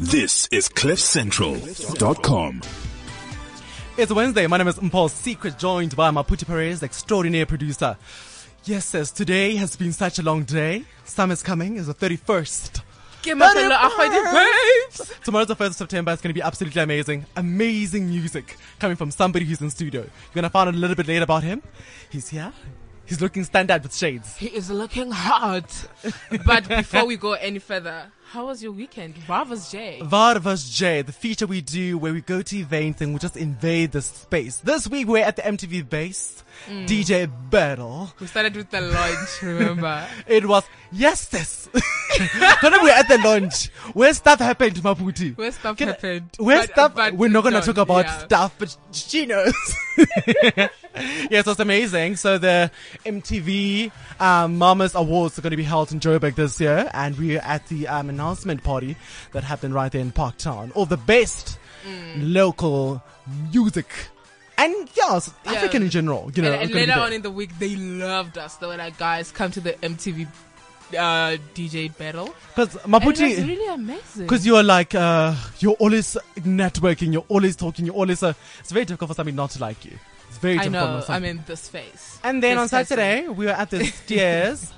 This is CliffCentral.com. It's Wednesday. My name is Paul Secret, joined by Maputi Perez, extraordinary producer. Yes, says today has been such a long day. Summer's coming. It's the 31st. Ke mafelo a kgwedi, babes. Tomorrow's the 1st of September. It's going to be absolutely amazing. Amazing music coming from somebody who's in studio. You're going to find out a little bit later about him. He's here. He's looking standard with shades. He is looking hot. But before we go any further, how was your weekend? Bravo's Jay. Varvas J, the feature we do where we go to events and we just invade the space. This week we're at the MTV base, DJ Battle. We started with the launch, remember? It was yes, yes. Don't know we're at the launch where stuff happened, Maputi. Where stuff Can I- happened. Where But- stuff. but we're not gonna don't, talk about yeah. stuff, but she knows. yes, it's amazing. So the MTV um, Mamas Awards are going to be held in Joburg this year, and we're at the um, announcement party that happened right there in Parktown. All the best Mm. local music. And yes, Yeah. African in general, you know. and is and gonna be later there. on in the week, they loved us. They were like, guys, come to the MTV uh, DJ battle. 'Cause And Maputi, it was really amazing. Because you're like, uh, you're always networking, you're always talking, you're always, uh, it's very difficult for somebody not to like you. It's very I difficult. know, for I'm somebody- in this face. and then this on Saturday, we were at the stairs.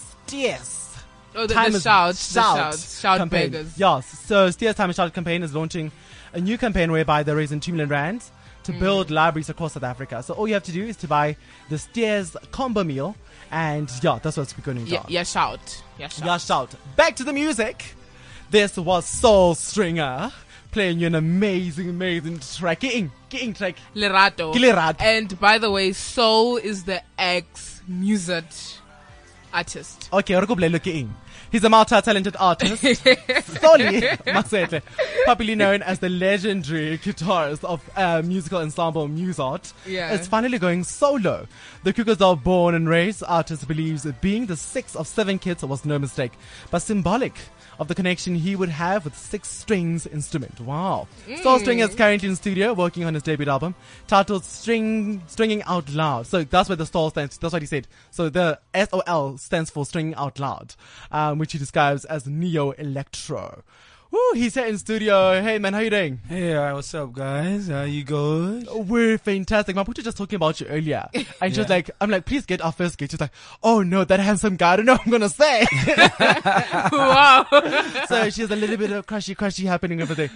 stairs. Oh, the, Time the is shout, shout, the shout, shout campaign. beggars. Yes. So Stairs Time and Shout campaign is launching a new campaign whereby they're raising two million rand to Mm. build libraries across South Africa. So all you have to do is to buy the Stairs combo meal, and yeah, that's what's going to be Yeah, yeah, shout. Yeah, shout. yeah, shout. Back to the music. This was Soul Stringer playing you an amazing, amazing track. Get in, get in track. Lerato. Ke Lerato. And by the way, Soul is the ex music artist. Okay, Orko look in. He's a multi-talented artist. Solly Masete, popularly known as the legendary guitarist of uh, musical ensemble Musart, Yeah. is finally going solo. The Kukuzal born and raised artist believes that being the sixth of seven kids was no mistake, but symbolic of the connection he would have with six strings instrument. Wow. Soul Stringer is currently in studio working on his debut album titled String Stringing Out Loud. So that's where the soul stands. That's what he said. So the S O L stands for Stringing Out Loud, um, which he describes as neo electro. Woo, he's here in studio. Hey man, how you doing? Hey, uh, what's up, guys? How you good? We're fantastic. My was just talking about you earlier. And she was Yeah. like, I'm like, please get our first gig. She's like, oh no, that handsome guy, I don't know what I'm gonna say. Uh, wow. so she has a little bit of crushy crushy happening over there.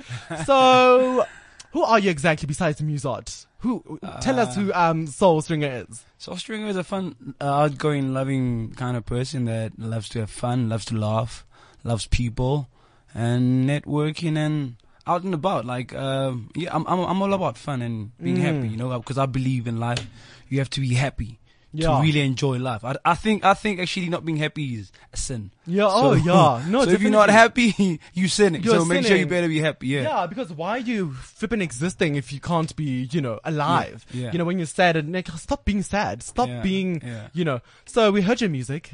So who are you exactly besides Musart? Who tell us Uh. who um Soul Stringer is. So Stringer is a fun, uh, outgoing, loving kind of person that loves to have fun, loves to laugh, loves people, and networking and out and about. Like, um, yeah, I'm, I'm, I'm all about fun and being Mm. happy, you know, because I believe in life. You have to be happy Yeah. to really enjoy life. I, I think, I think actually not being happy is a sin. Yeah, oh, yeah. No, so if you're not definitely. happy, you sinning. You're so make sure you sinning. better be happy. Yeah, because why are you flipping existing if you can't be, you know, alive? Yeah, yeah. You know, when you're sad and like, stop being sad. Stop Yeah, being, yeah. you know. So we heard your music.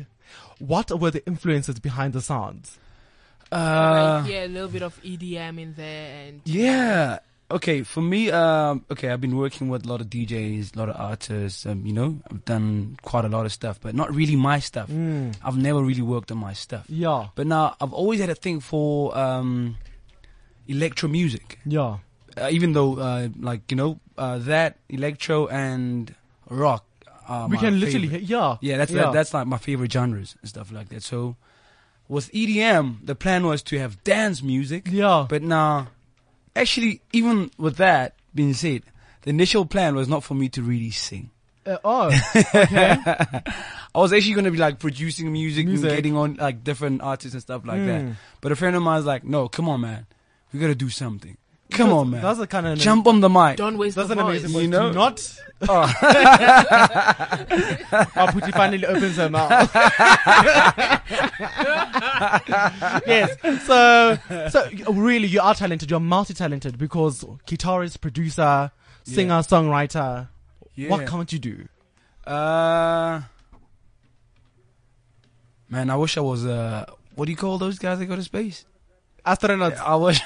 What were the influences behind the sounds? Uh, yeah, a little bit of EDM in there and Yeah. Okay, for me, um, okay, I've been working with a lot of DJs, a lot of artists, um, you know, I've done quite a lot of stuff, but not really my stuff. Mm. I've never really worked on my stuff. Yeah. But now I've always had a thing for um, electro music, Yeah. uh, even though, uh, like, you know, uh, that, electro, and rock. Are we my can literally, favorite. hear, yeah. Yeah, that's yeah. that's like my favorite genres and stuff like that. So, with EDM, the plan was to have dance music. Yeah. But now, actually, even with that being said, the initial plan was not for me to really sing. Uh, oh, okay. I was actually going to be like producing music, Music. and getting on like different artists and stuff like Mm. that. But a friend of mine was like, "No, come on, man, we got to do something. Come on, man, That's a kind of jump on the mic." Oh, don't waste That's the an voice. amazing voice. You know? Do not. Aputi Oh, finally opens her mouth. yes. So, so really, you are talented. You're multi-talented because guitarist, producer, singer, Yeah. songwriter. Yeah. What can't you do? Uh, man, I wish I was uh, what do you call those guys that go to space? Astronauts. I wish,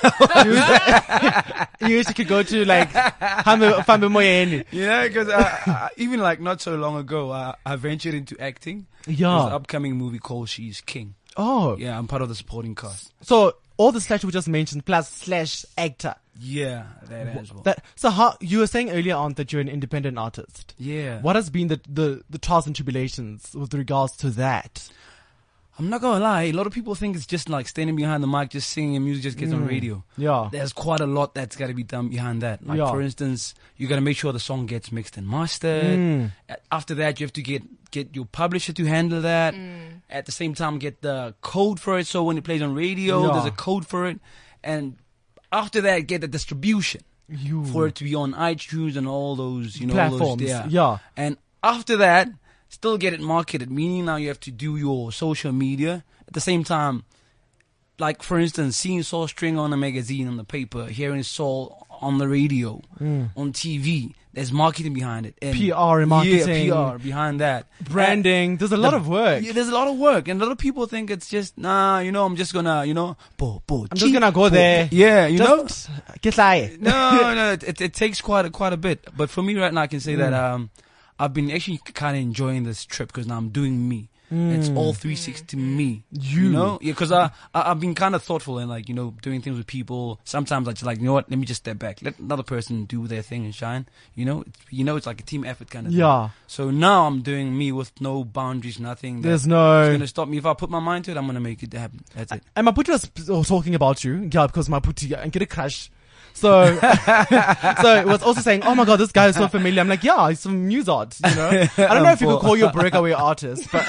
You wish you could go to like Hambe Fambe Moyeni. you know, because I, I, even like not so long ago, I, I ventured into acting. There's an Yeah. upcoming movie called She's King. Oh. Yeah, I'm part of the supporting cast. So All the slash we just mentioned plus slash actor. Yeah, that as well. That so how you were saying earlier on that you're an independent artist. yeah. What has been the, the, the trials and tribulations with regards to that? I'm not gonna lie. A lot of people think it's just like standing behind the mic, just singing and music just gets Mm. on radio. Yeah. There's quite a lot that's got to be done behind that. Like Yeah. for instance, you got to make sure the song gets mixed and mastered. Mm. A- After that, you have to get get your publisher to handle that. At the same time, get the code for it. So when it plays on radio, Yeah. there's a code for it. And after that, get the distribution You for it to be on iTunes and all those you know all platforms. Those, Yeah. and after that, still get it marketed, meaning now you have to do your social media. At the same time, like for instance, seeing Saul String on a magazine, on the paper, hearing Saul on the radio, on TV, there's marketing behind it. And PR Mm. and marketing. Yeah, PR behind that. branding. There's a lot The- of work. Yeah, there's a lot of work, and a lot of people think it's just nah. You know, I'm just gonna, you know, bo, bo, I'm just gonna go there. Yeah, you know, just get like no, no, it, it- it takes quite a, quite a bit. But for me right now, I can say that um, I've been actually kind of enjoying this trip because now I'm doing me. It's all 360 me. Mm. You, know, yeah, because I, I I've been kind of thoughtful and like you know doing things with people. Sometimes I just like you know what, let me just step back, let another person do their thing and shine. You know, it's, you know, it's like a team effort kind of. Yeah. Thing. So now I'm doing me with no boundaries, nothing. There's It's no. gonna stop me if I put my mind to it. I'm gonna make it happen. That's it. And Maputi was uh, talking about you, yeah, because Maputi and get a crush. So, so it was also saying, "Oh my god, this guy is so familiar." I'm like, "Yeah, he's from Musart, you know." I don't know if you could call you a breakaway artist, but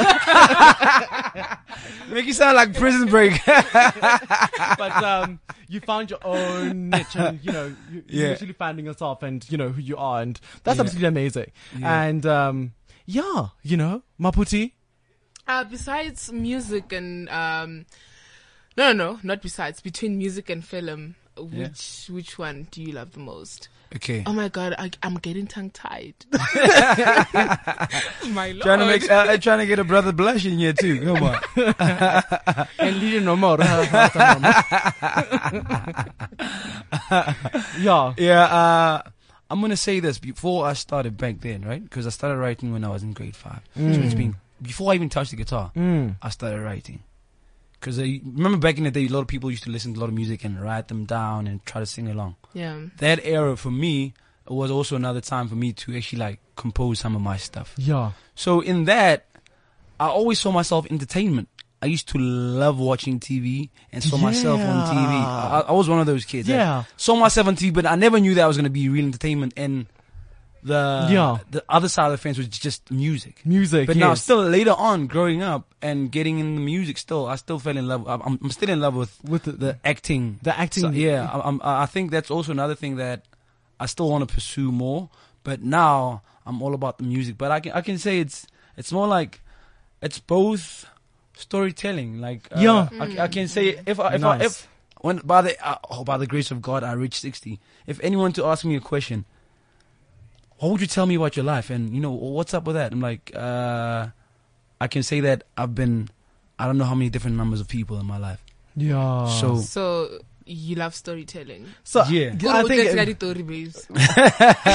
Make you sound like Prison Break. but um, you found your own niche, and you know, you, you're Yeah. literally finding yourself and you know who you are, and that's Yeah. absolutely amazing. Yeah. And um, yeah, you know, Maputi, Uh, besides music and um, no, no, no, not besides. Between music and film, which which one do you love the most? okay. Oh my god, I, I'm getting tongue tied. my lord. Trying to make, uh, trying to get a brother blush in here too. Come on. and Lydia no more. yeah, yeah, uh, I'm gonna say this before I started back then, right? Because I started writing when I was in grade five. So Mm. it's been before I even touched the guitar. Mm. I started writing. Because remember back in the day, a lot of people used to listen to a lot of music and write them down and try to sing along. yeah. That era for me was also another time for me to actually like compose some of my stuff. yeah, So in that, I always saw myself entertainment. I used to love watching TV and saw myself on TV. Yeah. I, I was one of those kids. that Yeah. saw myself on TV, but I never knew that I was going to be real entertainment. And the Yeah. the other side of the fence was just music. music. But now, yes. still later on, growing up and getting in the music, still I still fell in love. I'm, I'm- I'm still in love with with the, the acting. The acting- So, yeah, I, I'm, I think that's also another thing that I still want to pursue more. But now I'm all about the music. But I can I can say it's it's more like it's both storytelling. Like uh, Yeah. I, I can say if I, if I, Nice. if when by the uh, oh, by the grace of God I reach sixty. If anyone to ask me a question, what would you tell me about your life? And you know what's up with that? I'm like. uh I can say that I've been, I don't know how many different numbers of people in my life. yeah. So So you love storytelling. so I Yeah. Good with think that story, babes.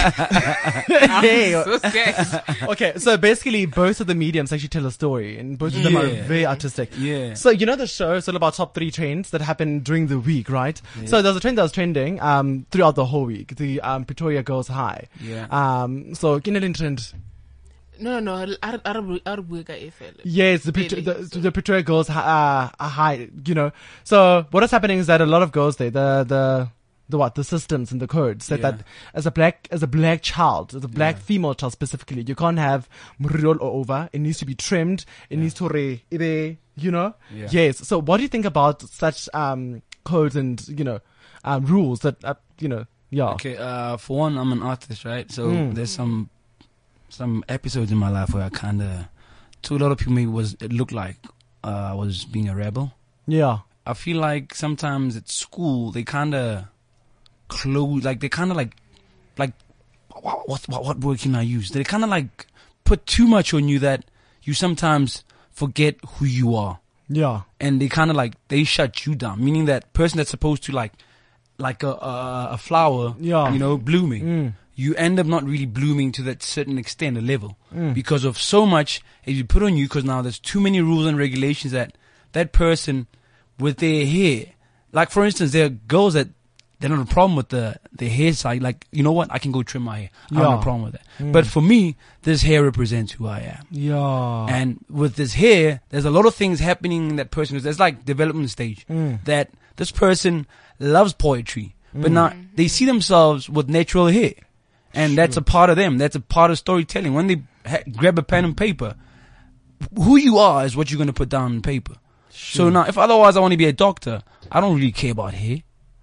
I'm Hey. so scared. okay. So basically, both of the mediums actually tell a story, and both of them are Yeah. very artistic. yeah, So you know the show is all about top three trends that happen during the week, right? So there's a trend that was trending um, throughout the whole week. The um, Pretoria Girls High. yeah. Um, so Kinelin trend. No, no, no. Ar- ar- ar- AFL. Yes, the, Really? Pretor- the, the Pretoria girls hi- uh, are high, you know. So what is happening is that a lot of girls there, the, the, the what, the systems and the codes said Yeah. that as a black, as a black child, as a black Yeah. female child specifically, you can't have murul or over. It needs to be trimmed. It needs to re, ire, you know? Yeah. Yes. So what do you think about such, um, codes and, you know, um, rules that, uh, you know, yeah. Okay, uh, for one, I'm an artist, right? So Mm. there's some some episodes in my life where I kind of, to a lot of people, maybe was it looked like uh, I was being a rebel. Yeah. I feel like sometimes at school they kind of close, like they kind of like, like what, what what what word can I use? They kind of like put too much on you that you sometimes forget who you are. Yeah. and they kind of like they shut you down, meaning that person that's supposed to like like a a, a flower, Yeah. you know, blooming. Mm. You end up not really blooming to that certain extent, a level, Mm. because of so much that you put on you. Because now there's too many rules and regulations that that person with their hair, Like for instance, there are girls that they don't have a problem with the the hair side. Like you know what, I can go trim my hair. I don't have Yeah. Mm. a problem with that. But for me, this hair represents who I am. Yeah. And with this hair, there's a lot of things happening in that person. There's like development stage that this person loves poetry, but now they see themselves with natural hair. And that's a part of them. That's a part of storytelling. When they ha- grab a pen and paper, who you are is what you're going to put down on paper. So now, if otherwise I want to be a doctor, I don't really care about hair.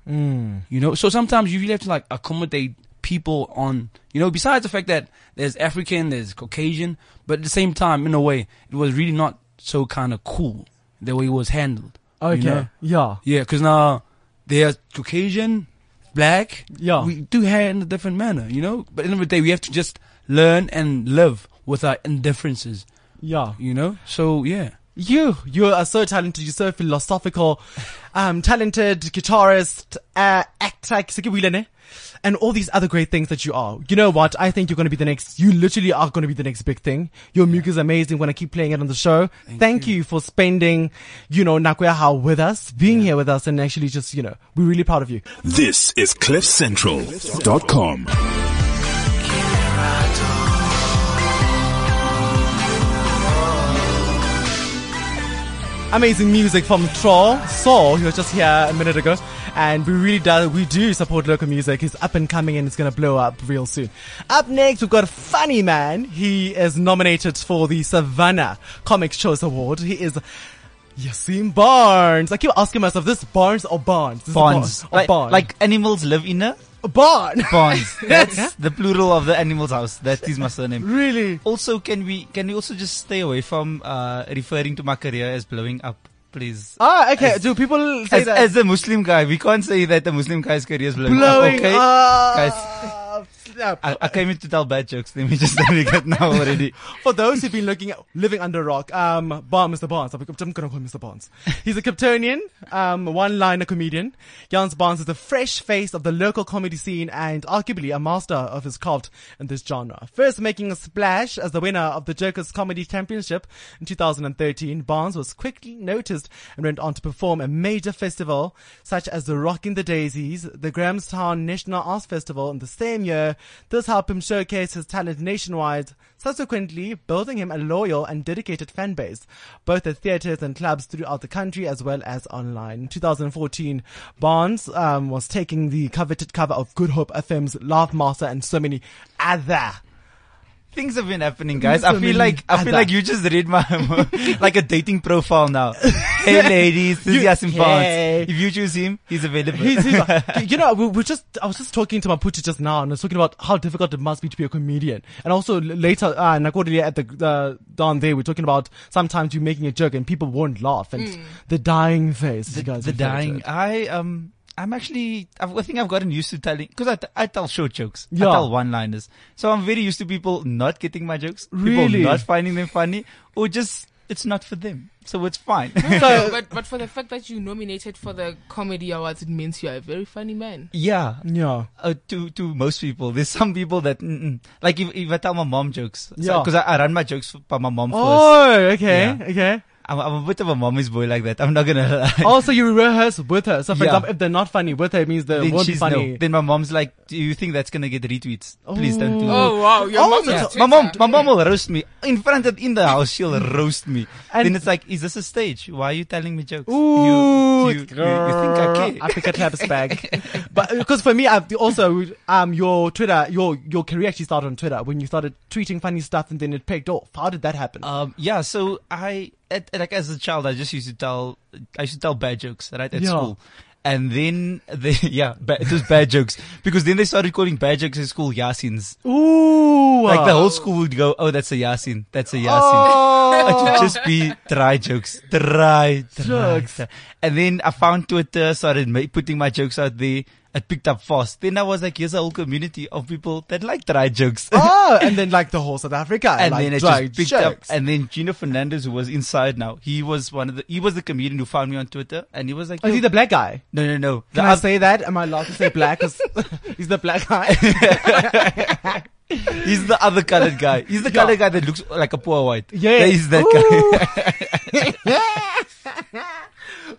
Mm. You know, so sometimes you really have to like accommodate people on, you know, besides the fact that there's African, there's Caucasian, but at the same time, in a way, it was really not so kind of cool the way it was handled. you okay. know? Yeah. Yeah, because now they're Caucasian, black. Yeah. We do hair in a different manner, you know? But at the end of the day, we have to just learn and live with our indifferences, Yeah. you know? So, yeah. You, you are so talented. You're so philosophical, um, talented guitarist, uh, actor, Sekiwilene, and all these other great things that you are. You know what? I think you're going to be the next, you literally are going to be the next big thing. Your music is amazing. When I keep playing it on the show, thank, you. for spending, you know, Nakuya Hao with us, being here with us and actually just, you know, we're really proud of you. This is CliffCentral.com. amazing music from Troll Saul. He was just here a minute ago, and we really do we do support local music. He's up and coming, and it's gonna blow up real soon. Up next, we've got Funny Man. He is nominated for the Savannah Comic Choice Award. He is. Yasim Barnes. I keep asking myself, this Barnes or Barnes? This is Bonds. Barnes. Like, Or Barnes. like animals live in a Barn. bonds. That's the plural of the animal's house. That is my surname. really? Also, can we can we also just stay away from uh, referring to my career as blowing up, please? Ah, okay. do people say As, that? as a Muslim guy, we can't say that a Muslim guy's career is blowing, blowing up. Okay, up. Yeah. I, I came in to tell bad jokes. Let me just tell you that now already. For those who've been looking at living under a rock, um, Bar Mr. Barnes. I'm, I'm gonna call him Mr. Barnes. He's a Kryptonian, um, one-liner comedian. Jans Barnes is a fresh face of the local comedy scene and arguably a master of his craft in this genre. First making a splash as the winner of the Joker's Comedy Championship in 2013, Barnes was quickly noticed and went on to perform at major festival such as the Rockin' the Daisies, the Grahamstown National Arts Festival in the same year. This helped him showcase his talent nationwide, subsequently building him a loyal and dedicated fan base, both at theaters and clubs throughout the country as well as online. In 2014, Barnes um, was taking the coveted cover of Good Hope FM's Laugh Master and so many other. Things have been happening, guys. I So many feel like I feel other- like you just read my like a dating profile now. Hey, ladies, this You- is Yasin Barnes. Hey. If you choose him, he's available. He's, he's like, you know, we we're just, I was just talking to Mapuche just now and I was talking about how difficult it must be to be a comedian. And also l- later, uh, Nakoria at the, uh, down there, we're talking about sometimes you're making a joke and people won't laugh Mm. and the dying face. you guys the refer to dying. it. I um. I'm actually, I've- I think I've gotten used to telling, cause I, t- I tell short jokes. Yeah. I tell one-liners. So I'm very used to people not getting my jokes. Really? People not finding them funny or just, it's not for them. So it's fine. Hmm. No, but but for the fact that you nominated for the comedy awards, it means you are a very funny man. yeah. Yeah. Uh, to, to most people. There's some people that, mm-mm. like if, if I tell my mom jokes. Yeah. So, cause I, I run my jokes by my mom first. Oh, okay. Yeah. Okay. I'm, I'm a bit of a mommy's boy like that. I'm not gonna lie. Also, you rehearse with her. So, for Yeah. example, if they're not funny with her, it means they then won't be she's no. funny. Then my mom's like, do you think that's gonna get retweets? Please don't do it. Oh wow, your Oh, mom yeah. is Yeah. Twitter. My mom, my mom will roast me in front of in the house. She'll roast me. And- then it's like, is this a stage? Why are you telling me jokes? Ooh, you, you, you, you think I care? I pick a tabs bag, but because for me, I've also um your Twitter, your your career actually started on Twitter when you started tweeting funny stuff and then it pegged off. How did that happen? Um, yeah, so I at, like as a child, I just used to tell I used to tell bad jokes right at Yeah. school, and then they yeah ba- just bad jokes because then they started calling bad jokes at school Yasins. Ooh, Like the whole school would go, oh, that's a Yasin, that's a Yasin. Oh. It would just be dry jokes, dry, dry, Jokes. dry. And then I found Twitter, started ma- putting my jokes out there. It picked up fast. Then I was like, here's a whole community of people that like dry jokes. oh, and then like the whole South Africa, and like, then it dry just picked jokes. up. And then Gino Fernandez, who was inside now, he was one of the, he was the comedian who found me on Twitter and he was like, Oh, is "Yo, he the black guy? no, no, no. The Can I oth- say that? Am I allowed to say black? 'Cause he's the black guy. he's the other colored guy. He's the colored guy that looks like a poor white. Yeah, He's that guy.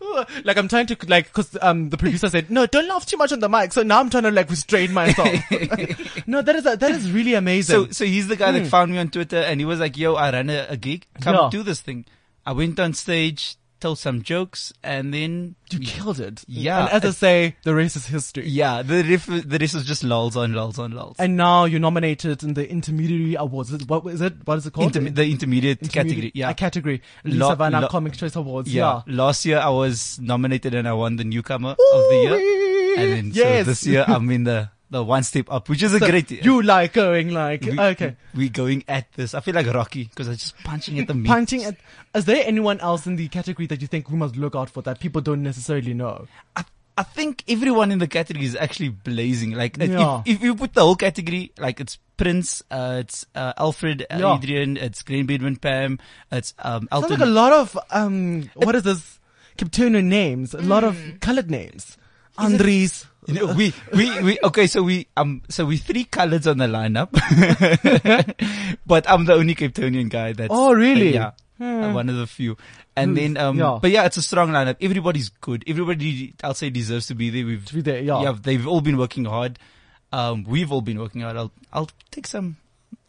Ooh. "Ooh," like I'm trying to like because um the producer said no, don't laugh too much on the mic. So now I'm trying to like restrain myself. no, that is that is really amazing. So, so he's the guy Hmm. that found me on Twitter and he was like, yo, I ran a, a gig. Come Yeah. do this thing. I went on stage, told some jokes and then, you killed it. Yeah. Mm. And as I say, the rest is history. yeah, the riff, the rest was just lulls on lulls on lulls. And now you're nominated in the intermediary awards. Is it- What is it? What is it called? Interme- the intermediate Intermediate- category. Yeah. a category. Lisa Lo- Vanna lo- Comic Choice Awards. yeah. Yeah. Last year I was nominated and I won the newcomer of the year. Ooh-wee. And then yes. so this year I'm in the, the one step up, which is a So great year. You like going like we, okay. we going at this. I feel like Rocky because I'm just punching at the meat. Punching at, is there anyone else in the category that you think we must look out for that people don't necessarily know? I, I think everyone in the category is actually blazing. Like, if- Yeah. if, if you put the whole category, like it's Prince, uh, it's uh, Alfred, uh, Yeah. Adrian, it's Green Bedouin Pam, it's um, Sounds Elton. like a lot of um, what is this? Kryptonian names, a lot of Mm. colored names. Andres, You know, we, we, we, okay, so we, um, so we three colors on the lineup, but I'm the only Capetonian guy that's. Oh, really? Hmm. yeah. uh, one of the few. And then, um, yeah. but yeah, it's a strong lineup. Everybody's good. Everybody, I'll say, deserves to be there. We've, be there, yeah. they've all been working hard. Um, we've all been working hard. I'll, I'll take some.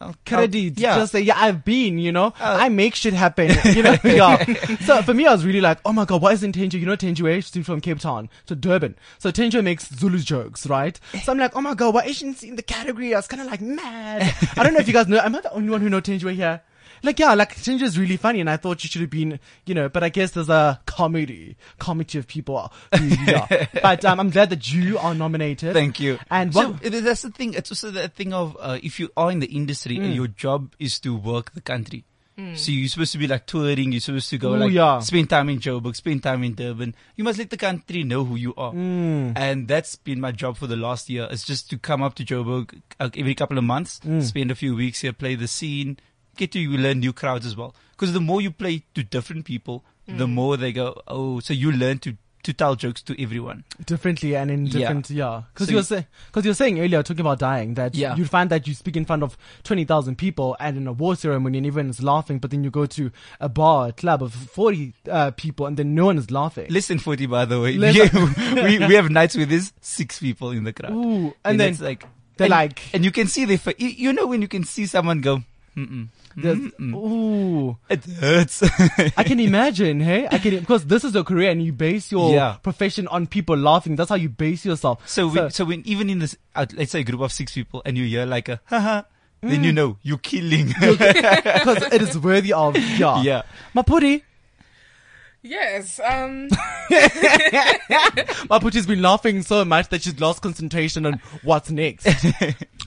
I'll, credit. I'll- Oh, yeah. Oh. Just say, yeah, I've been, you know, I make shit happen, you know, yeah. So for me, I was really like, oh my God, why isn't Tenjo, you know, Tenjo is from Cape Town to Durban. So Tenjo makes Zulu jokes, right? So I'm like, oh my God, why isn't she in the category? I was kind of like mad. I don't know if you guys know, am I the only one who know Tenjo here? Like, yeah, like, Tenjo is really funny and I thought you should have been, you know, but I guess there's a comedy, committee of people. Who, yeah. but, um, I'm glad that you are nominated. Thank you. And so, what, it- that's the thing. It's also the thing of uh, if you are in the industry Mm. and your job is to work the country. So you're supposed to be like touring. You're supposed to go Ooh, like yeah. spend time in Joburg, spend time in Durban. You must let the country know who you are, Mm. and that's been my job for the last year. It's just to come up to Joburg uh, every couple of months, Mm. spend a few weeks here, play the scene, get to learn new crowds as well. Because the more you play to different people, the more they go, oh, so you learn to to tell jokes to everyone. differently and in different yeah because So you were you- saying because you were saying earlier talking about dying that Yeah. you find that you speak in front of 20,000 people at an award ceremony and everyone is laughing but then you go to a bar a club of 40 uh, people and then no one is laughing Less than 40, by the way. Less- Yeah, we, we have nights with this six people in the crowd. Ooh, and then it's like, they're and, like- and you can see the, fa- you, you know, when you can see someone go, Mm-mm. there's, ooh it hurts. I can imagine hey I can because this is your career and you base your Yeah. profession on people laughing that's how you base yourself so, when, so when, even in this, uh, let's say a group of six people and you hear like a, haha, Mm. then you know you're killing. because it is worthy of yeah yeah. Mapuri Yes. Um. Mapuri's been laughing so much that she's lost concentration on what's next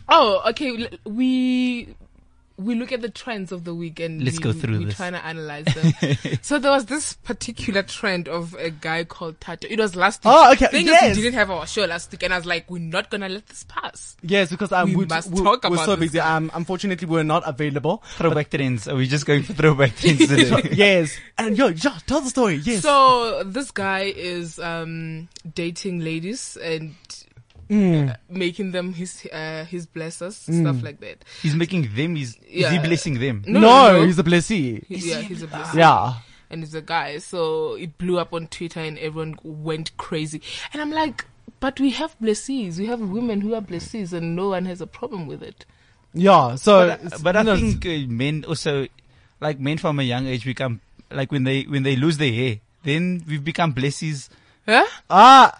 Oh, okay. l- We we look at the trends of the week and Let's we, go through we this. trying to analyze them. so there was this particular trend of a guy called Tato. It was last week. Oh, okay, Thing yes. is, we didn't have our show last week, and I was like, we're not gonna let this pass. Yes, because um, We we must we- talk we're about so this busy. Um, unfortunately, we're not available. Throwback trends. Are we just going for throwback trends today? yes, and yo, yeah, tell the story. Yes, So this guy is um, dating ladies and Hmm. uh, making them his uh, his blessers, Mm. stuff like that. he's making them, he's, is he Yeah. blessing them? no, he's a blessee. He- yeah, he's a blesser. Yeah, and he's a guy. So it blew up on Twitter and everyone went crazy. And I'm like, but we have blessees. We have women who are blessees and no one has a problem with it. yeah. So, but, I- but I no, think uh, men also, like men from a young age, become like when they when they lose their hair, then we become blessies. Huh? ah,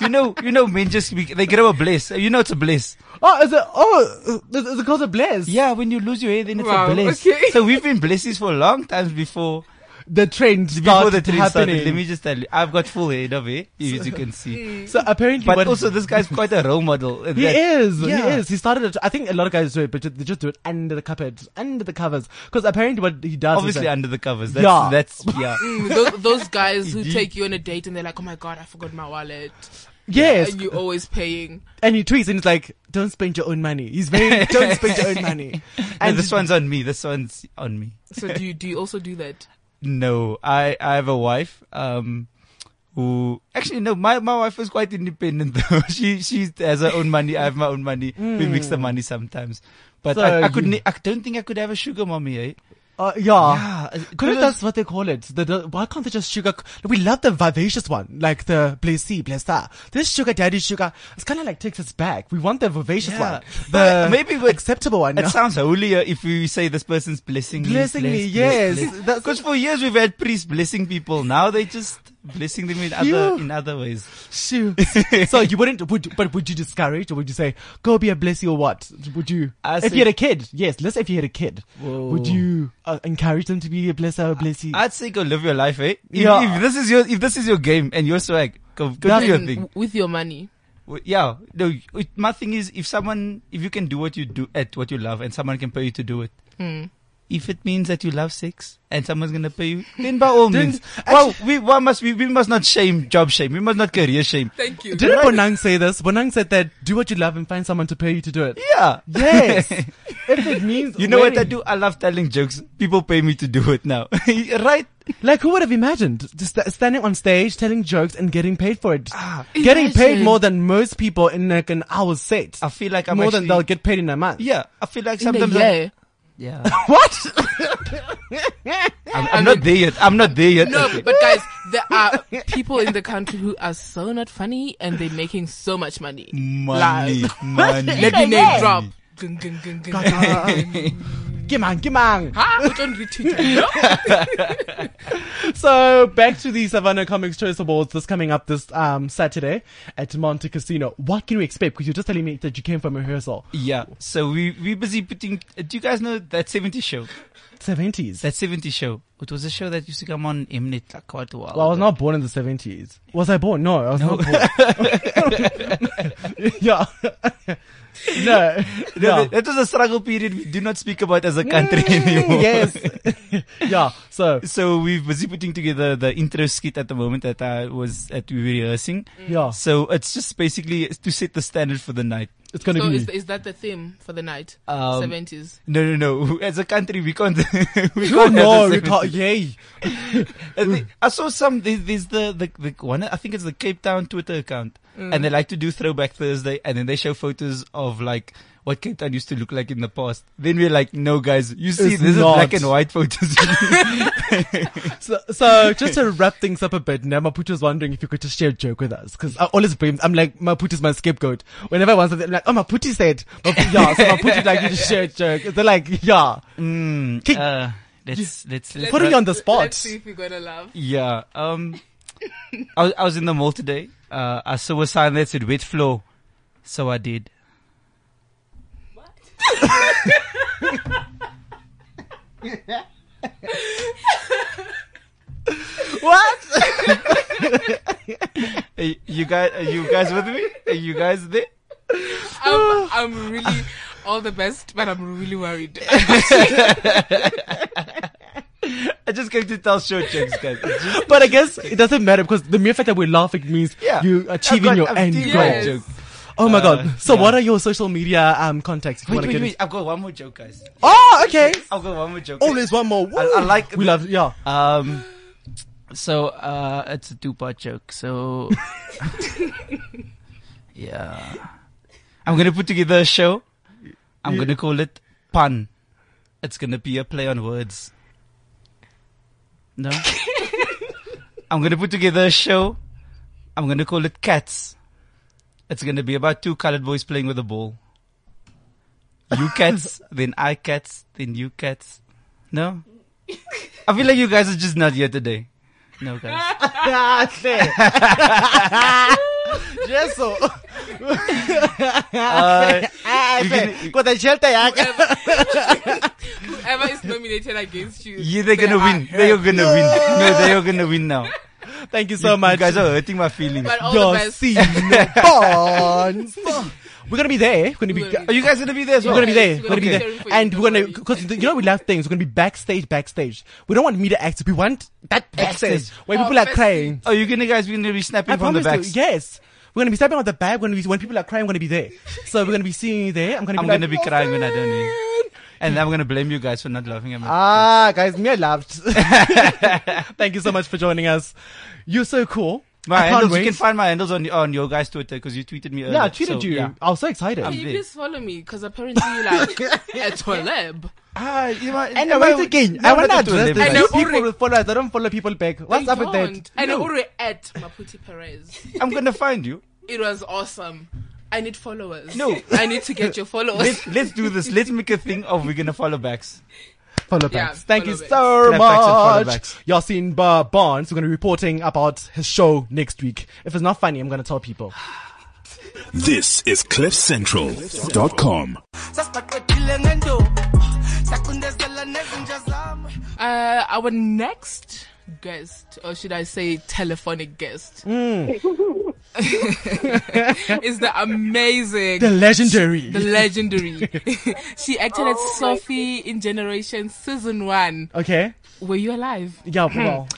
You know, you know, men just be, they grow a bliss. You know, it's a bliss. oh, is it? Oh, is, is it called a bless? Yeah, when you lose your hair, then it's Wow, a bliss. okay. So we've been blessies for a long times before the trend before started the trend happening. started. Let me just tell you, I've got full head of hair, if you can see. so apparently, But what- also, this guy's quite a role model. He that- is. He Yeah. is. He started. It, I think a lot of guys do it, but ju- they just do it under the cupboard, under the covers. Because apparently, what he does is Obviously that- under the covers. That's, Yeah. That's yeah. those, those guys who Indeed. take you on a date and they're like, oh my God, I forgot my wallet. yes, Are you always paying? and he tweets and he's like, "Don't spend your own money." He's very don't spend your own money. And this one's on me. This one's on me. So do you, do you also do that? No, I I have a wife. Um, who actually no, my my wife is quite independent though. she she has her own money. I have my own money. We mix the money sometimes. But Hmm. So I, I could you- ne- I don't think I could have a sugar mommy. Eh? Uh, yeah. Ah, Couldn't because- that's what they call it? The, the, why can't they just sugar? We love the vivacious one, like the blessy, blessa. This sugar daddy sugar, it's kind of like takes us back. We want the vivacious Yeah. one, the But maybe we- acceptable one. It sounds holier if we say this person's blessing me. Blessing me, yes. That's- Because for years we've had priests blessing people. Now they just blessing them in Phew. other in other ways. Shoo. so you wouldn't, would, but would you discourage or would you say, go be a blessy or what? Would you, I if say- you had a kid, yes, let's say if you had a kid, would Whoa. you uh, encourage them to be a blesser or a blessy? I'd say go live your life, eh? If, Yeah. if this is your if this is your game and you're swag, go go That's- do your thing. with your money. W- Yeah. No. it- My thing is, if someone if you can do what you do at what you love, and someone can pay you to do it. Hmm. If it means that you love sex and someone's gonna pay you, then by all Then- means. Well, we why must we, we must not shame job shame. We must not career shame. Thank you. Didn't Bonang say this? Bonang said that do what you love and find someone to pay you to do it. Yeah. Yes. if it means You know what I winning. do? I love telling jokes. People pay me to do it now. right? Like who would have imagined just sta- standing on stage telling jokes and getting paid for it? Imagine. getting paid more than most people in like an hour set. I feel like I'm more actually, than they'll get paid in a month. Yeah, I feel like in a sometimes year. yeah. What? I'm, I'm not there yet. I'm not there yet. No, Okay. but guys, there are people in the country who are so not funny and they're making so much money. money, Like- money. Let me name drop. Gung, gung, gung, gung. Gimang, gimang. Ah, we don't retweet it, no? So back to the Savannah Comics Choice Awards that's coming up this um, Saturday at Monte Casino. What can we expect? Because you're just telling me that you came from rehearsal. Yeah. So we we busy putting. uh, Do you guys know that 70 show? 70s. That 70 show. It was a show that used to come on Mnet like quite a while. Well, I was ago. not born in the seventies. Was I born? No, I was not born. yeah. no. Yeah. No, that- That was a struggle period we do not speak about as a country anymore. yes. yeah. So So we're busy putting together the intro skit at the moment that I was at we were rehearsing. yeah, So it's just basically to set the standard for the night. it's gonna So be. is, is that the theme for the night? Um, 70s. No, no, no. As a country, we can't. we Oh can't no, have we the 70s. can't. Yay. I thi- I saw some. There's, there's the, the the one. I think it's the Cape Town Twitter account, Mm. and they like to do Throwback Thursday, and then they show photos of like what Cape Town used to look like in the past. Then we're like, no, guys, you see, It's this not. is black and white photos. So, so just to wrap things up a bit, now Maputo's wondering if you could just share a joke with us because I always blame. I'm like Maputo's my scapegoat. Whenever I want something, I'm like, oh Maputo said, Maputo, yeah. So Maputo would like you to share a joke. They're like, yeah. Kick- uh, let's let's let's. Put me on the spot. Let's see if we're gonna laugh. Yeah. Um, I was, I was in the mall today. Uh, I saw a sign that said "wet floor," so I did. What? Uh, you guys, are you guys with me? Are you guys there? I'm, I'm really all the best, but I'm really worried. I just came to tell short jokes, guys. It's just- But I guess it doesn't matter because the mere fact that we're laughing means Yeah. you achieving I've got- your I've end achieved goal. my Yes. joke. Oh my Uh, god! So yeah. what are your social media um contacts? if you Wait, wanna wait, get wait. in- I've got one more joke, guys. Oh, okay. I've got one more joke. Oh, there's one more. I- I Woo. like We the- love. Yeah. Um, so uh, it's a two-part joke. So, yeah, I'm gonna put together a show. I'm gonna call it pun. It's gonna be a play on words. No, I'm gonna put together a show. I'm gonna call it cats. It's gonna be about two colored boys playing with a ball. You cats, then I cats, then you cats. No, I feel like you guys are just not here today. No, guys. That's it. Yes, so. Uh, Ah, You can- Got the shelter, yeah. Whoever is nominated against you, yeah, they're they gonna are win. hurt. They're gonna win. No, they're gonna win now. Thank you so much. You guys are hurting my feelings. But all the Your best. scene bonds. We're gonna be there. We're gonna be. We're gonna Are you guys gonna be there as We're well? gonna be there. Yes, We're gonna we're be gonna be there, cheering for you, and don't we're gonna worry. because you know we love things. We're gonna be backstage, backstage. We don't want media acts. We want that backstage Backstage. where Oh, people are backstage. crying. Are you gonna guys be gonna be snapping I from the promise backs? you. Yes, we're gonna be stepping on the back when we, when people are crying. We're gonna be there. So we're gonna be seeing you there. I'm gonna. I'm be like, gonna be crying when I don't hear. And I'm gonna blame you guys for not laughing at me. Ah, guys, me I loved. Thank you so much for joining us. You're so cool. My I can't handles, wait. you can find my handles on on your guys' Twitter because you tweeted me. yeah, I earlier. tweeted So, you. yeah. I was so excited. I'm Can you big. please follow me? Because apparently, like, a Twaleb. Ah, you might, and am wait I- again. No, I I'm want to not doing address it the like I new know that. people already. with followers. I don't follow people back. What's They up with that? don't. And No. Uri at Maputi Perez. I'm gonna find you. It was awesome. I need followers. No. I need to get your followers. Let's let's do this. Let's make a thing of we're gonna follow backs. Follow Yeah, backs. Thank you follow so Clapbacks and follow much. backs. Yasin Bar Barnes, we're going to be reporting about his show next week. If it's not funny, I'm going to tell people. This is CliffCentral.com. sasiqaqedile ngento saqindezela nezinja zam Uh, our next guest, or should I say telephonic guest, Mm. is the amazing, The legendary. the legendary. she acted as Sophie in Generation Season 1. okay. Were you alive? Yeah, well.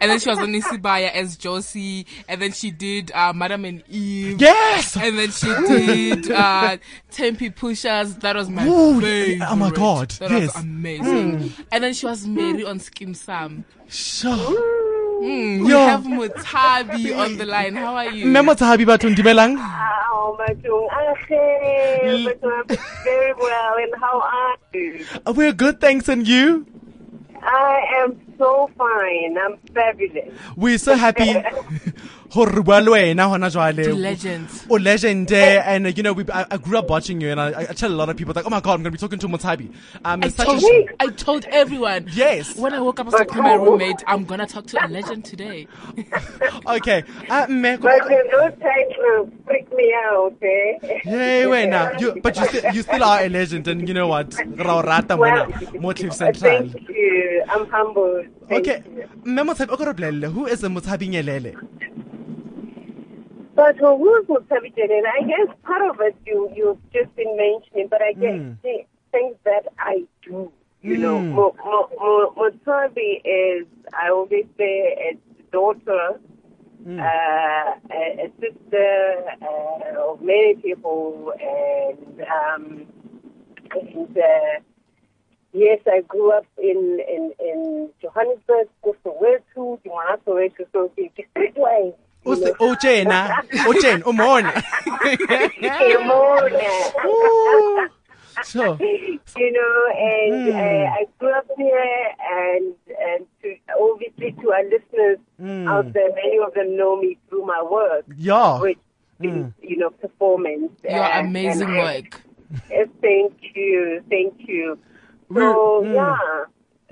And then she was on Isibaya as Josie, and then she did uh, Madam and Eve. Yes! And then she did uh, Tempe Pushers. That was my Ooh, favorite. oh my God, That yes. Mm. was amazing. And then she was Mary on Skim Sam. Sure. Mm, we Yo. have Mutabi on the line. How are you? Memo Tahabi Batun Dimelang. Oh, Matung, Ache, but I'm very well. And how are you? We're good, thanks, and you? I am so fine. I'm fabulous. We're so happy. Hore bua le wena hona jwale. The legend. Oh, legend there, and uh, you know, we, I, I grew up watching you, and I, I tell a lot of people like, "Oh my god, I'm gonna be talking to Mutabi." Um, I it's such a told, sh- I told everyone. Yes. oh. When I woke up, I was talking to my roommate, I'm gonna talk to a legend today. okay. Uh, mme, But then those titles freak me out, eh? Hey, wait now. You, but you, still, you still are a legend, and you know what? Ra o rata mona mo Cliff Central. Thank you. I'm humbled. Thank Okay, you. mme Mothabi, o ko re bolelle, who is Mothabi Nyelele? But who was motivated? And I guess part of it you, you've just been mentioning, but I guess the things that I do, you know, mo mo mo Motsabi is, I always say, it's daughter, uh, a, a sister uh, of many people, and, um, and uh, Yes, I grew up in in in Johannesburg, Soweto, Johannesburg, Soweto, so it's streetwise. O se- o tjena, o tjena, o mona. Cremona. Ooh. Sure. you know, and uh, Hmm. I grew up here, and and to, obviously to our listeners out there, many of them know me through my work, Hmm. Yeah. Hmm. which is you know performance. Your and- amazing and- work. Uh, Thank you, thank you. So We're- mm. yeah.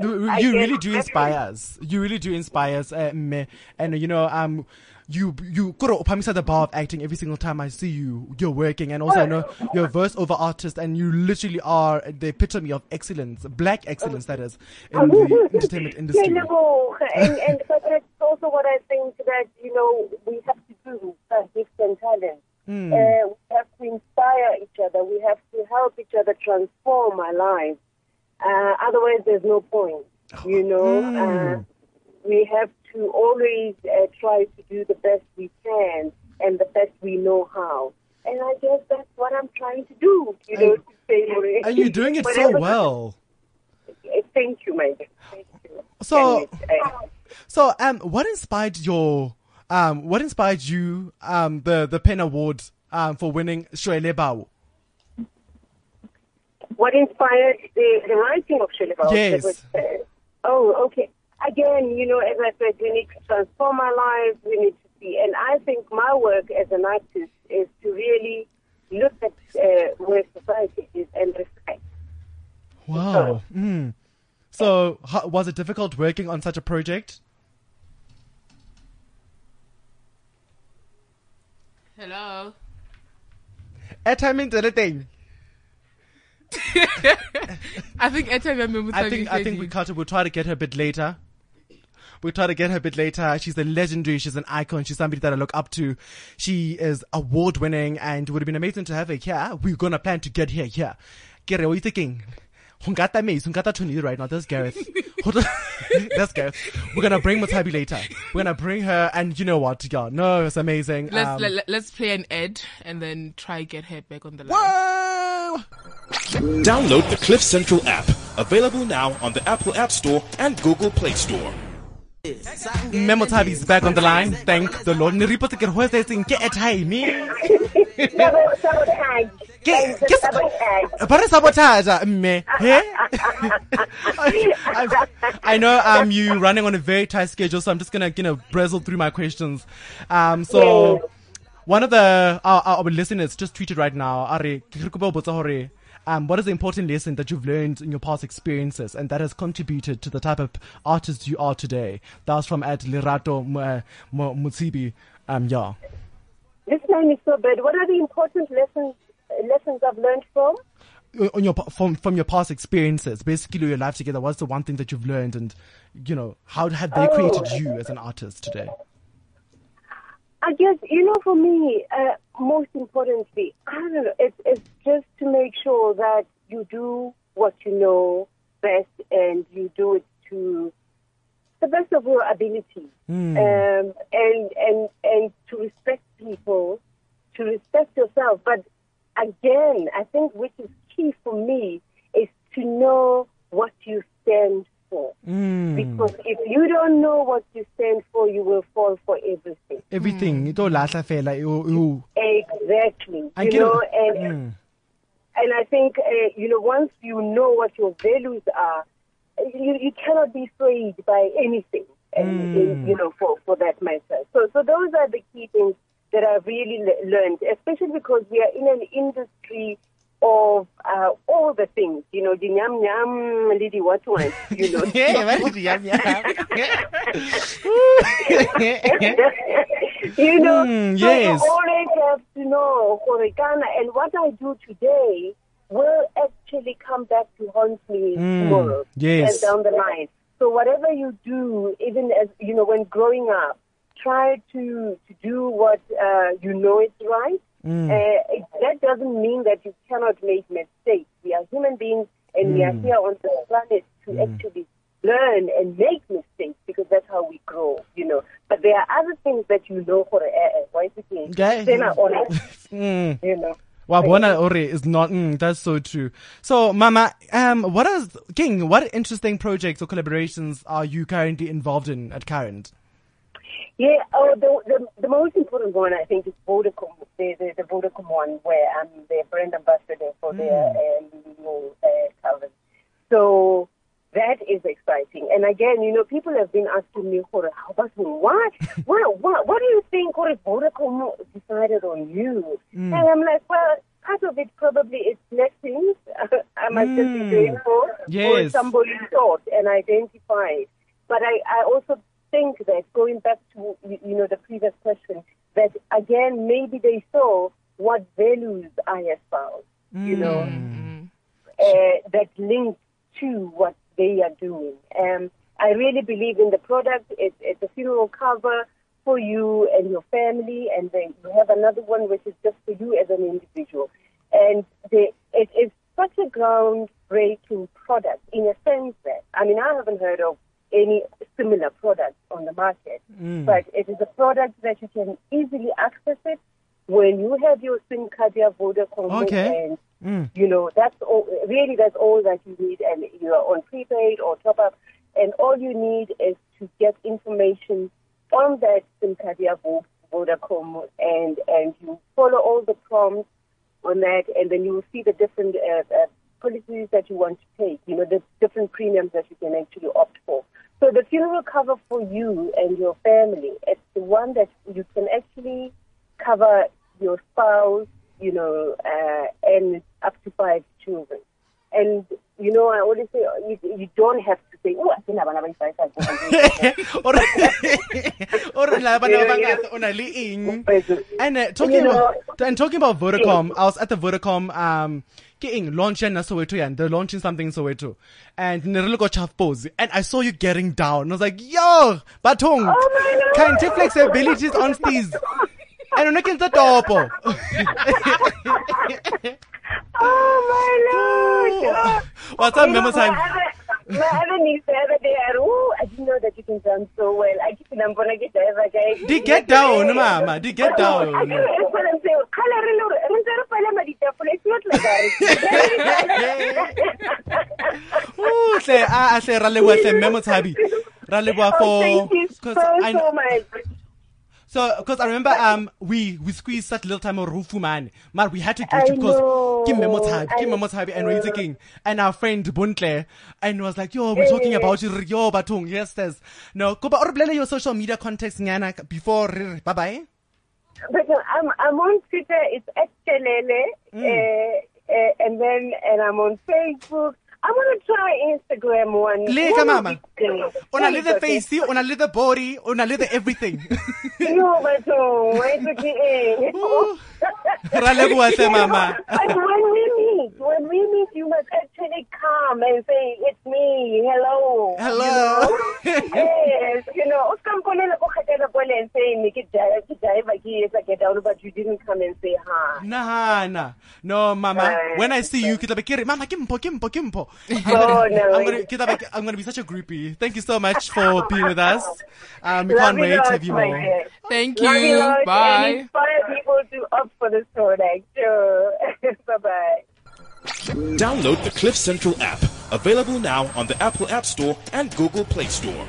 You, I you guess really do every- inspire us. You really do inspire us, uh, mme. and uh, you know, um, you you go to Upamisa the bar of acting every single time I see you. You're working, and also I know you're a voiceover artist, and you literally are the epitome of excellence, black excellence that is, in the entertainment industry. Yeah, no, and, and but that's also what I think that, you know, we have to do uh, gifts and talents. Hmm. Uh, we have to inspire each other. We have to help each other transform our lives. Uh, otherwise, there's no point, you know. Hmm. Uh, we have to always uh, try to do the best we can and the best we know how. And I guess that's what I'm trying to do, you know, to say, And you're doing it so whatever- well. Uh, Thank you, my dear. Thank you. So- And, uh, So, um, what inspired your, um, what inspired you, um, the the Penn Award, um, for winning Shoele Bao? what inspired the, the writing of Shilabal? Yes. oh, okay. Again, you know, as I said, we need to transform our lives. We need to see. And I think my work as an artist is to really look at uh, where society is and reflect. Wow. Mm. So, how, was it difficult working on such a project? Hello. Airtime into the thing. I think anytime I'm in I think I think we cut her. We'll try to get her a bit later. We'll try to get her a bit later. She's a legendary. She's an icon. She's somebody that I look up to. She is award winning and it would have been amazing to have her here. We're going to plan to get her here. Gary, what are you thinking? Hungata Maze, Hungata Tony right now. That's Gareth. Hold on. That's Gareth. We're going to bring Matabi later. We're going to bring her and you know what? Yeah, no, it's amazing. Let's Um, let, us play an ad and then try get her back on the line. whoa! Download the Cliff Central app. Available now on the Apple App Store and Google Play Store. Memo Tabi is back on the line. Thank the Lord. Niripoti kerhoe says in ke etaimi. Sabo- Sabotage. Ke Thanks for ke sabotage. But it's sabotage, me. Hey? I, I know um you running on a very tight schedule, so I'm just gonna you know bristle through my questions. Um, so one of the our, our listeners just tweeted right now. "Are, ke re kopa ho botsa hore, Um, what is the important lesson that you've learned in your past experiences and that has contributed to the type of artist you are today? That was from at Lirato Mu- uh, Mu- Mutsibi. Um, yeah. This line is so bad. What are the important lessons lessons I've learned from? on your from from your past experiences, basically your life together. What's the one thing that you've learned, and you know how have they created you as an artist today? I guess you know, for me, uh, most importantly, I don't know. It's, it's just to make sure that you do what you know best, and you do it to the best of your ability, um, and and and to respect people, to respect yourself. But again, I think which is key for me is to know what you stand for, because if you don't know what you stand for, you will fall for everything. Everything. Ito lahla fela, iwo- iwo- Exactly. I get you know, it. Mm. and and I think uh, you know once you know what your values are, you you cannot be swayed by anything, and, Mm. and, you know for for that matter. So so those are the key things that I really le- learned, especially because we are in an industry of uh, all the things, you know, the nyam nyam, lady what one, you know. you know, Mm, so yes. you always have to know for Ghana and what I do today will actually come back to haunt me tomorrow Hmm, yes. and down the line. So whatever you do, even as you know, when growing up, try to to do what uh, you know is right. Mm. Uh, it, that doesn't mean that you cannot make mistakes. We are human beings, and we are Mm. here on the planet to actually learn and make mistakes because that's how we grow, you know. But there are other things that you know for uh, the why is it being- Okay. then I own it, Mm. you know. Wa bona ore is not. Mm, that's so true. So, Mama, um, what is King? What interesting projects or collaborations are you currently involved in at current? Yeah, oh, the, the, the most important one I think is Vodacom, the, the, the Vodacom one where I'm the brand ambassador for their um, new uh, covers. So that is exciting. And again, you know, people have been asking me, "Hore, how about me? What? what, what, what do you think Hore, Vodacom decided on you? And I'm like, well, part of it probably is blessings. I must just be grateful for Yes. somebody thought and identified. But I, I also think that going back to you you know the previous question, that again maybe they saw what values I have found, you know, uh, that linked to what they are doing. Um, I really believe in the product. It's, it's a funeral cover for you and your family, and then you have another one which is just for you as an individual. And the, it is such a groundbreaking product in a sense that, I mean, I haven't heard of any similar product on the market, but it is a product that you can easily access it when you have your SIM card, your Vodacom, Okay. and you know that's all. Really, that's all that you need, and you are on prepaid or top up, and all you need is to get information on that SIM card, your Vo- Vodacom, and and you follow all the prompts on that, and then you will see the different uh, uh, policies that you want to take, you know, the different premiums that you can actually opt for. So the funeral cover for you and your family, it's the one that you can actually cover your spouse, you know, uh, and up to five children. And, you know, I always say uh, you, you don't have to say, oh, I think I'm going to Ore, ore la bana ba bangata, Eh, o na le eng? And uh, talking You know- about and talking about Vodacom, I was at the Vodacom um getting launch in Soweto and they're launching something in Soweto, and Nerilo chaff pose, and I saw you getting down. And I was like, yo, batong, Oh my can Lord. take flexibilities on these. And when I can the topo. Oh, my Lord. Oh. What's up, You know, Memo time? My other, my other niece the other day, I, oh, I didn't know that you can dance so well. I keep I'm gonna get there, like, I- Di get down, mama. Di get down. I know, that's what I'm saying. Colour, you know, I'm sorry, Palama, the devil, it's not like that. Ooh, hle, ah, ah, hle, ra leboha hle, Memo Thabi. Raleboa Oh, thank you for so, I so much. so because I remember um we we squeezed that little time of Rufu man, man we had to do I it because know, give me more time, I give me more time, and we're know. thinking and our friend Buntle and was like yo we're talking Eh. about you, yo batung yes there's no go but blend your social media contacts nyana before bye bye. But no, I'm I'm on Twitter. It's at Kelele, Mm. uh, uh, and then and I'm on Facebook. I'm gonna try Instagram one. Leka, one mama. day. Una le the Okay. face, una le the body, una le the everything. No, but oh, no, why took it Ooh. Raleboa hle mama. But when we meet, when we meet, you must actually come and say it's me. Hello. Hello. yes, you know, usikamponela kokhathala pole and say nikijaye kijaye bakiye get down, e but you didn't come and say hi. Nah, nah. No, mama. Uh, When I see you, kitla bakiri, mama, kimpo, kimpo, kimpo. I'm Oh, gonna- no. I'm gonna, kitla bak- I'm gonna be such a groupie. Thank you so much for being with us. Um, we Love can't you wait to lots, have you my more. dear. Thank Love you you. lots, and Bye. inspire people to opt for this product. Sure. bye bye. Download the Cliff Central app, available now on the Apple App Store and Google Play Store.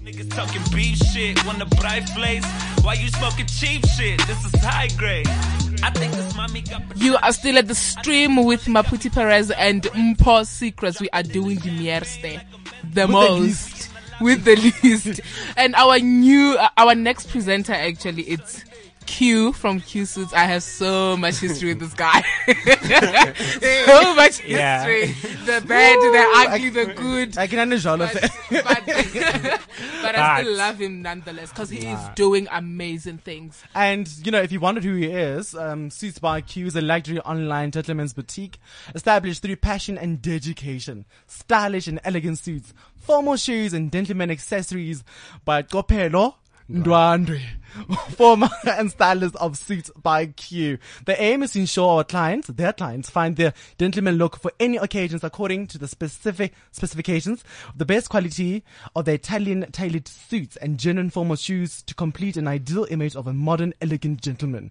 Niggas talking beef shit, wanna bright place. Why you smoking cheap shit? This is high grade. I think this mommy got You are still at the stream with Maputi Perez and Mpo Secrets. We are doing the mierste, the most, with the least. and our new, uh, our next presenter actually, it's Q from Q Suits. I have so much history with this guy. so much history. Yeah. The bad, the ugly, the good. I can understand all of But, that. but, but I still love him nonetheless because he is doing amazing things. And, you know, if you wondered who he is, um, Suits by Q is a luxury online gentleman's boutique established through passion and dedication. Stylish and elegant suits, formal shoes and gentleman accessories by Kopelo Ndwandwe, former and stylist of Suits by Q. The aim is to ensure our clients, their clients, find their gentleman look for any occasions according to the specific specifications, the best quality of the Italian tailored suits and genuine formal shoes to complete an ideal image of a modern, elegant gentleman.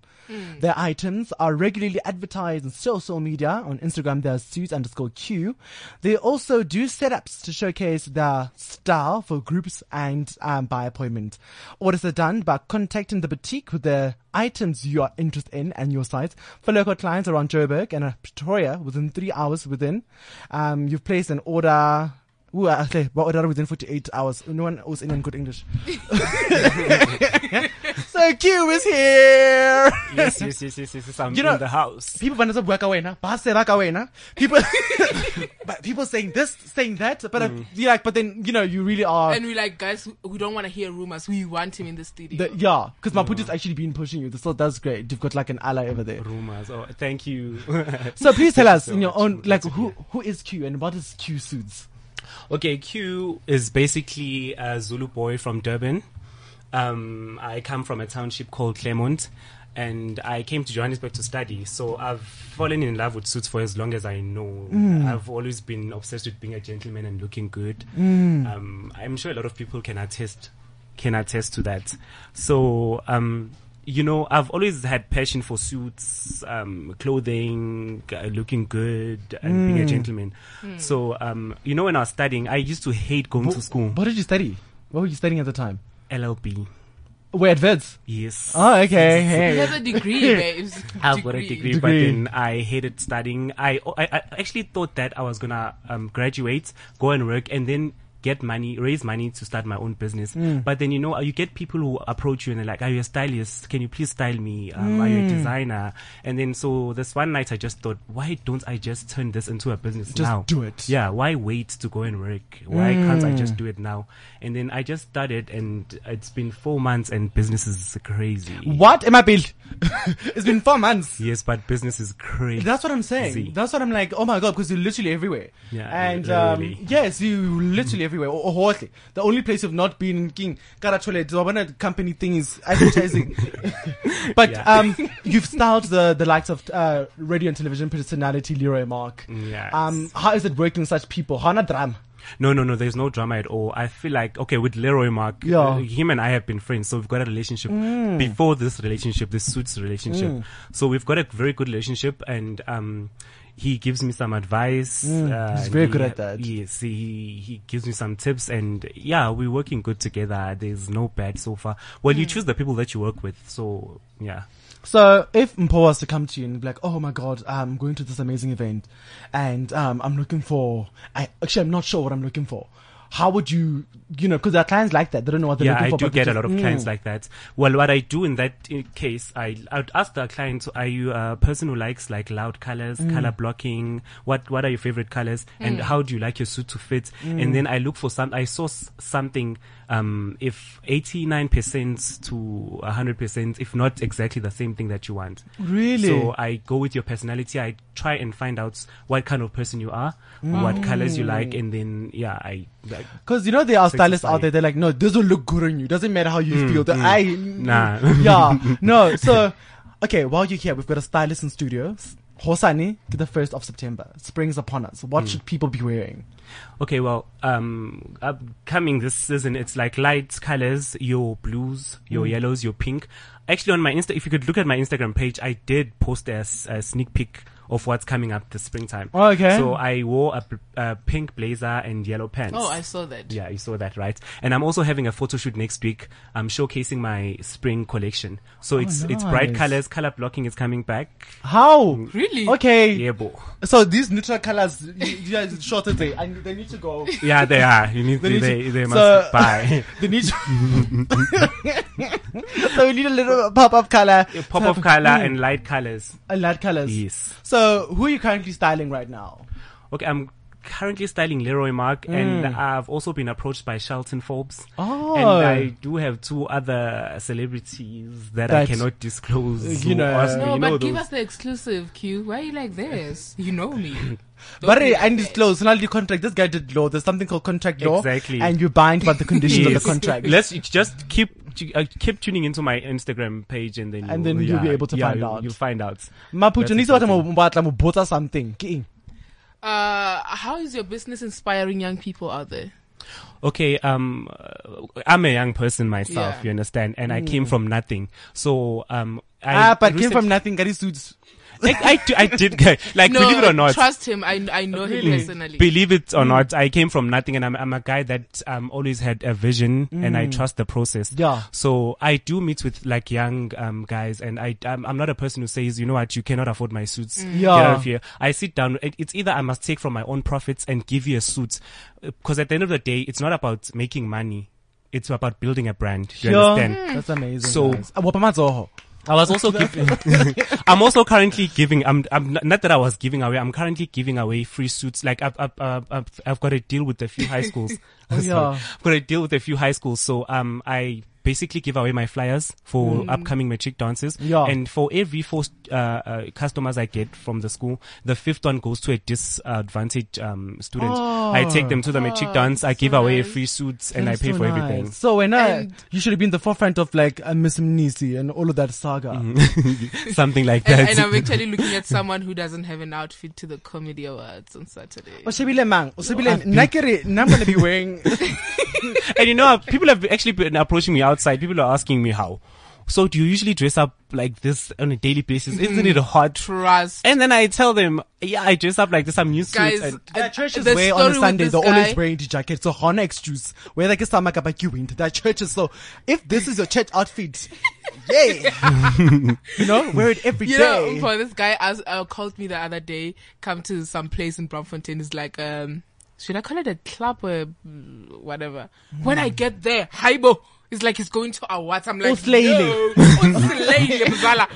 Their items are regularly advertised on social media. On Instagram, they are suits underscore Q. They also do setups to showcase their style for groups and um, by appointment. Orders are done by contacting the boutique with the items you are interested in and your size. For local clients around Joburg and uh, Pretoria, within three hours within, um, you've placed an order. Ooh, ah, I say, what order within 48 hours. No one was in good English. so Q is here. yes, yes, yes, yes, yes, yes. I'm You know- in the house. people banana work away na base back away na people but people saying this saying that but Mm. uh, you're like but then you know you really are And we're like, guys, we don't want to hear rumors. We want him in the studio. the, yeah because Mm. Maputi's actually been pushing you so that's great you've got like an ally over there Rumors. Oh, thank you. so please tell us so in your much. own Good like to who who is Q and what is Q suits okay, Q is basically a Zulu boy from Durban. Um, I come from a township called Claremont, and I came to Johannesburg to study. So I've fallen in love with suits for as long as I know. I've always been obsessed with being a gentleman and looking good. Um, I'm sure a lot of people can attest can attest to that. So, um, you know, I've always had passion for suits, um, clothing, uh, looking good, and being a gentleman. So, um, you know, when I was studying, I used to hate going to school. what did you study what were you studying at the time LLB. wait Vids Yes. oh okay He hey has a degree, babes. I've got a degree, but Degree. then I hated studying. I, I, I actually thought that I was gonna um, graduate, go and work, and then get money, raise money to start my own business. Hmm. But then you know, you get people who approach you and they're like, "Are you a stylist? Can you please style me? Um, Are you Hmm. a designer?" And then so this one night, I just thought, "Why don't I just turn this into a business Just now? do it. Hmm. Yeah. Why wait to go and work? Why can't I just do it now?" And then I just started, and it's been four months, and business is crazy. what am I built it's been four months Yes, but business is crazy. That's what I'm saying. Easy. That's what I'm like. Oh my god, because you're literally everywhere. Yeah, And li- um, really. yes, you literally everywhere. Or, or hotly. The only place you've not been in King Karachole, the one company thing is advertising. but Yeah. um, you've styled the the likes of uh, radio and television personality Leroy Mark. Yes. Um, how is it working with such people? Hana drama. No, no, no. There's no drama at all. I feel like okay with Leroy Mark. Yeah. Mm. uh, him and I have been friends, so we've got a relationship before this relationship, this suits relationship. So we've got a very good relationship, and um, He gives me some advice. uh, Mm. he's very he- good at that. Yes, he he gives me some tips, and yeah, we're working good together. There's no bad so far. Well, Mm. you choose the people that you work with, so yeah. So if Mpo was to come to you and be like, "Oh my God, I'm going to this amazing event, and um, I'm looking for," I actually I'm not sure what I'm looking for. How would you, you know, because there are clients like that. They don't know what they're yeah, looking I for. do but they get a just- lot of Mm. clients like that. Well, what I do in that uh, case, I I'd ask the client, "Are you a person who likes like loud colors, Mm. color blocking? What What are your favorite colors? And how do you like your suit to fit?" Mm. And then I look for some. I source something. Um, if eighty nine percent to hundred percent, if not exactly the same thing that you want, Really? So I go with your personality. I try and find out what kind of person you are, Mm. what colors you like, and then yeah, I like, Because Mm. you know there are Six stylists out aside. there. They're like, no, this will look good on you. Doesn't matter how you feel. The I Mm, Nah. yeah, no. So, okay, while you're here, we've got a stylist in studio. S- Hosani, to the first of September. Spring's upon us. What Mm. should people be wearing? Okay, well, um, upcoming this season, it's like light colors, your blues, your yellows, your pink. Actually, on my Insta, if you could look at my Instagram page, I did post a, s- a sneak peek of what's coming up this springtime. Okay. So I wore a, p- a pink blazer and yellow pants. Oh, I saw that. Yeah, you saw that, right? And I'm also having a photo shoot next week. I'm showcasing my spring collection. So it's it's bright nice. colors, color blocking is coming back. How? Really? Okay. Yeah, bo. So these neutral colors, you you guys short today, and they need to go. Yeah, they are. You need They need to, to- they, they so- must buy. They need to. so we need a little pop of color, Pop of color and light colors. a light colors. Yes. So who are you currently styling right now? Okay, I'm currently styling Leroy Mark, and I've also been approached by Shelton Forbes. Hmm. Oh. And I do have two other celebrities that, I That- cannot disclose. You who know. asked me, No, you but know give those- us the exclusive, Q. Why are you like this? You know me. Don't But be it like that. undisclosed, not the contract. This guy did law. There's something called contract law. Exactly. And you bind by the conditions of Yes. the contract. Let's just keep tu- uh, keep tuning into my Instagram page, and then And then you'll be able to yeah, find you'll- out. You'll find out. Maputo, That's nisi wata exactly- mbatla mubota something. Ke eng? Uh, how is your business inspiring young people out there? okay, um, uh, I'm a young person myself, Yeah. you understand, and I came from nothing. So, um, I Hmm. Ah, but came recent- from nothing. Got his suits. I, I, I did like no, believe it or not. trust him. I, I know him personally. Believe it Mm. or not, I came from nothing, and I'm, I'm a guy that um, always had a vision, and I trust the process. Mm. Yeah. So I do meet with like young um, guys, and I I'm, I'm not a person who says, you know what, you cannot afford my suits. Yeah. Get out of here. I sit down. It, it's either I must take from my own profits and give you a suit, because at the end of the day, it's not about making money. It's about building a brand. Do you understand? Hmm. That's amazing. So- guys. Ah, wapa matsoho. I was also giving. I'm also currently giving. I'm. I'm not, not that I was giving away. I'm currently giving away free suits. Like I've. I've. I've, I've, I've got a deal with a few high schools. oh, yeah. I've got a deal with a few high schools. So um, I basically give away my flyers for upcoming matric dances. Mm. Yeah. And for every four uh, uh, customers I get from the school, the fifth one goes to a disadvantaged um student. I Oh. take them to the matric dance. I give away free suits and I That's pay so for nice. everything. So when I, And- you should have been the forefront of like uh, Miss Mnisi and all of that saga. Mm-hmm. Something like and, that. and I'm actually looking at someone who doesn't have an outfit to the comedy awards on Saturday. O shebile mang? Oh, O shebile- nna ke re, nna I'm gonna be wearing. and you know, people have actually been approaching me outside. People are asking me how. So do you usually dress up like this on a daily basis? Isn't it hot? Trust. And then I tell them, yeah, I dress up like this. I'm used Guys, to it. And That churches the wear on a story with Sunday, this they're always guy- wearing the jackets. So on excuse, where they can stomach up like you into that church. is So if this is your church outfit, yeah, you know, wear it every day. You know, for this guy as, uh, called me the other day, come to some place in Bromfontein. He's like, um, should I call it a club or mm, whatever? When Hmm. I get there, Haibo. It's like he's going to awards. I'm like, Usilayile. no, usilayile, mzala.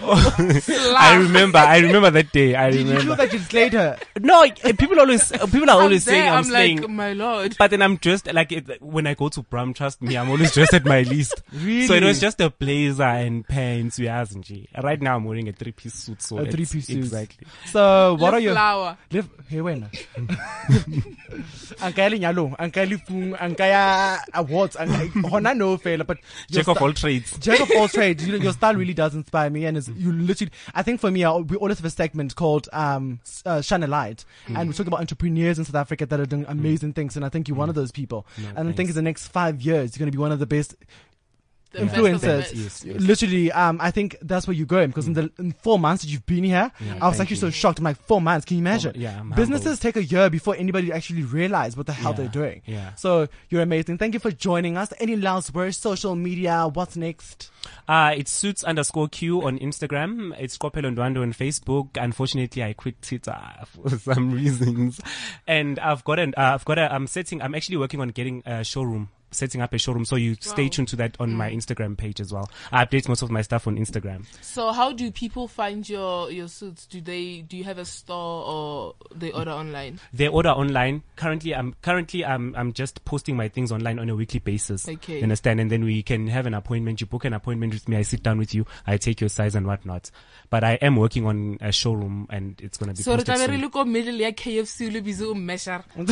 I Slap. remember, I remember that day. I Did you feel remember. that you slayed her? No, eh, people always, eh, people are I'm always saying there, I'm, I'm slaying. like, my lord. but then I'm dressed like it, when I go to Bram, trust me, I'm always dressed at my least. Really? So it was just a blazer and pants. We are Right now, I'm wearing a three-piece suit. So A it's- three-piece suit. exactly. So what Le are your flower. Live here when? Anka le nyalo, anka le fung, anka ya awards, anka hona no fail. But your Jack of sta- all trades. Jack of all trades. You know, your style really does inspire me, and it's, you literally. I think for me, I, we always have a segment called um, s- uh, "Shine a Light," and we talk about entrepreneurs in South Africa that are doing amazing things. And I think you're one of those people. and I think in the next five years, you're going to be one of the best the best of the influencers. best. Literally, um, I think that's where you go in because Mm. in the in four months that you've been here, I was actually so shocked. I'm like, four months? Can you imagine? yeah, I'm Businesses take a year before anybody actually realize what the hell Yeah, they're doing. yeah. So you're amazing. Thank you for joining us. Any last words? Social media? What's next? Uh, it's suits underscore Q on Instagram. It's Kopelo Ndwando on Facebook. Unfortunately, I quit Twitter for some reasons. And I've got an, uh, I've got a, I'm setting, I'm actually working on getting a showroom, setting up a showroom. So you stay tuned to that on my Instagram page as well. I update most of my stuff on Instagram. So how do people find your your suits? Do they do you have a store or they order online? They order online. Currently, I'm, currently, I'm, I'm just posting my things online on a weekly basis. Okay. You understand? And then we can have an appointment. You book an appointment with me. I sit down with you. I take your size and whatnot. But I am working on a showroom and it's going to be So re posted tlabe re soon. le ko middle ya KFC o le busy o measure. No,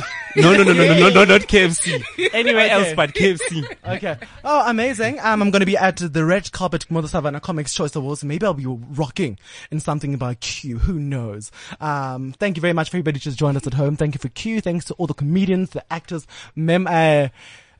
no, no, no, no, no, no, not KFC. Anywhere else but KFC. Okay. Oh, amazing. Um, I'm going to be at the red carpet Mother Savannah Comics Choice Awards. Maybe I'll be rocking in something about Q. Who knows? Um, thank you very much for everybody who's joined us at home. Thank you for Q. Thanks to all the comedians, the actors, mem, uh,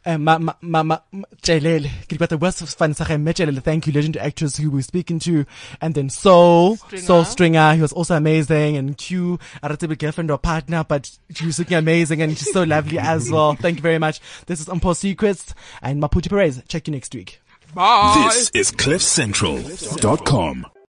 uh, ma, ma, ma, ma, Jalele. Ke di kwatla bua sefane sa gae, mme Jalele. Thank you, legend actors who we're speaking to. And then Soul, Stringer. Soul Stringer. He was also amazing. And Q, I don't think a girlfriend or partner, but she was looking amazing and she's so lovely as well. Thank you very much. This is Unpost Secrets and Maputi Perez. Check you next week. This is CliffCentral.com.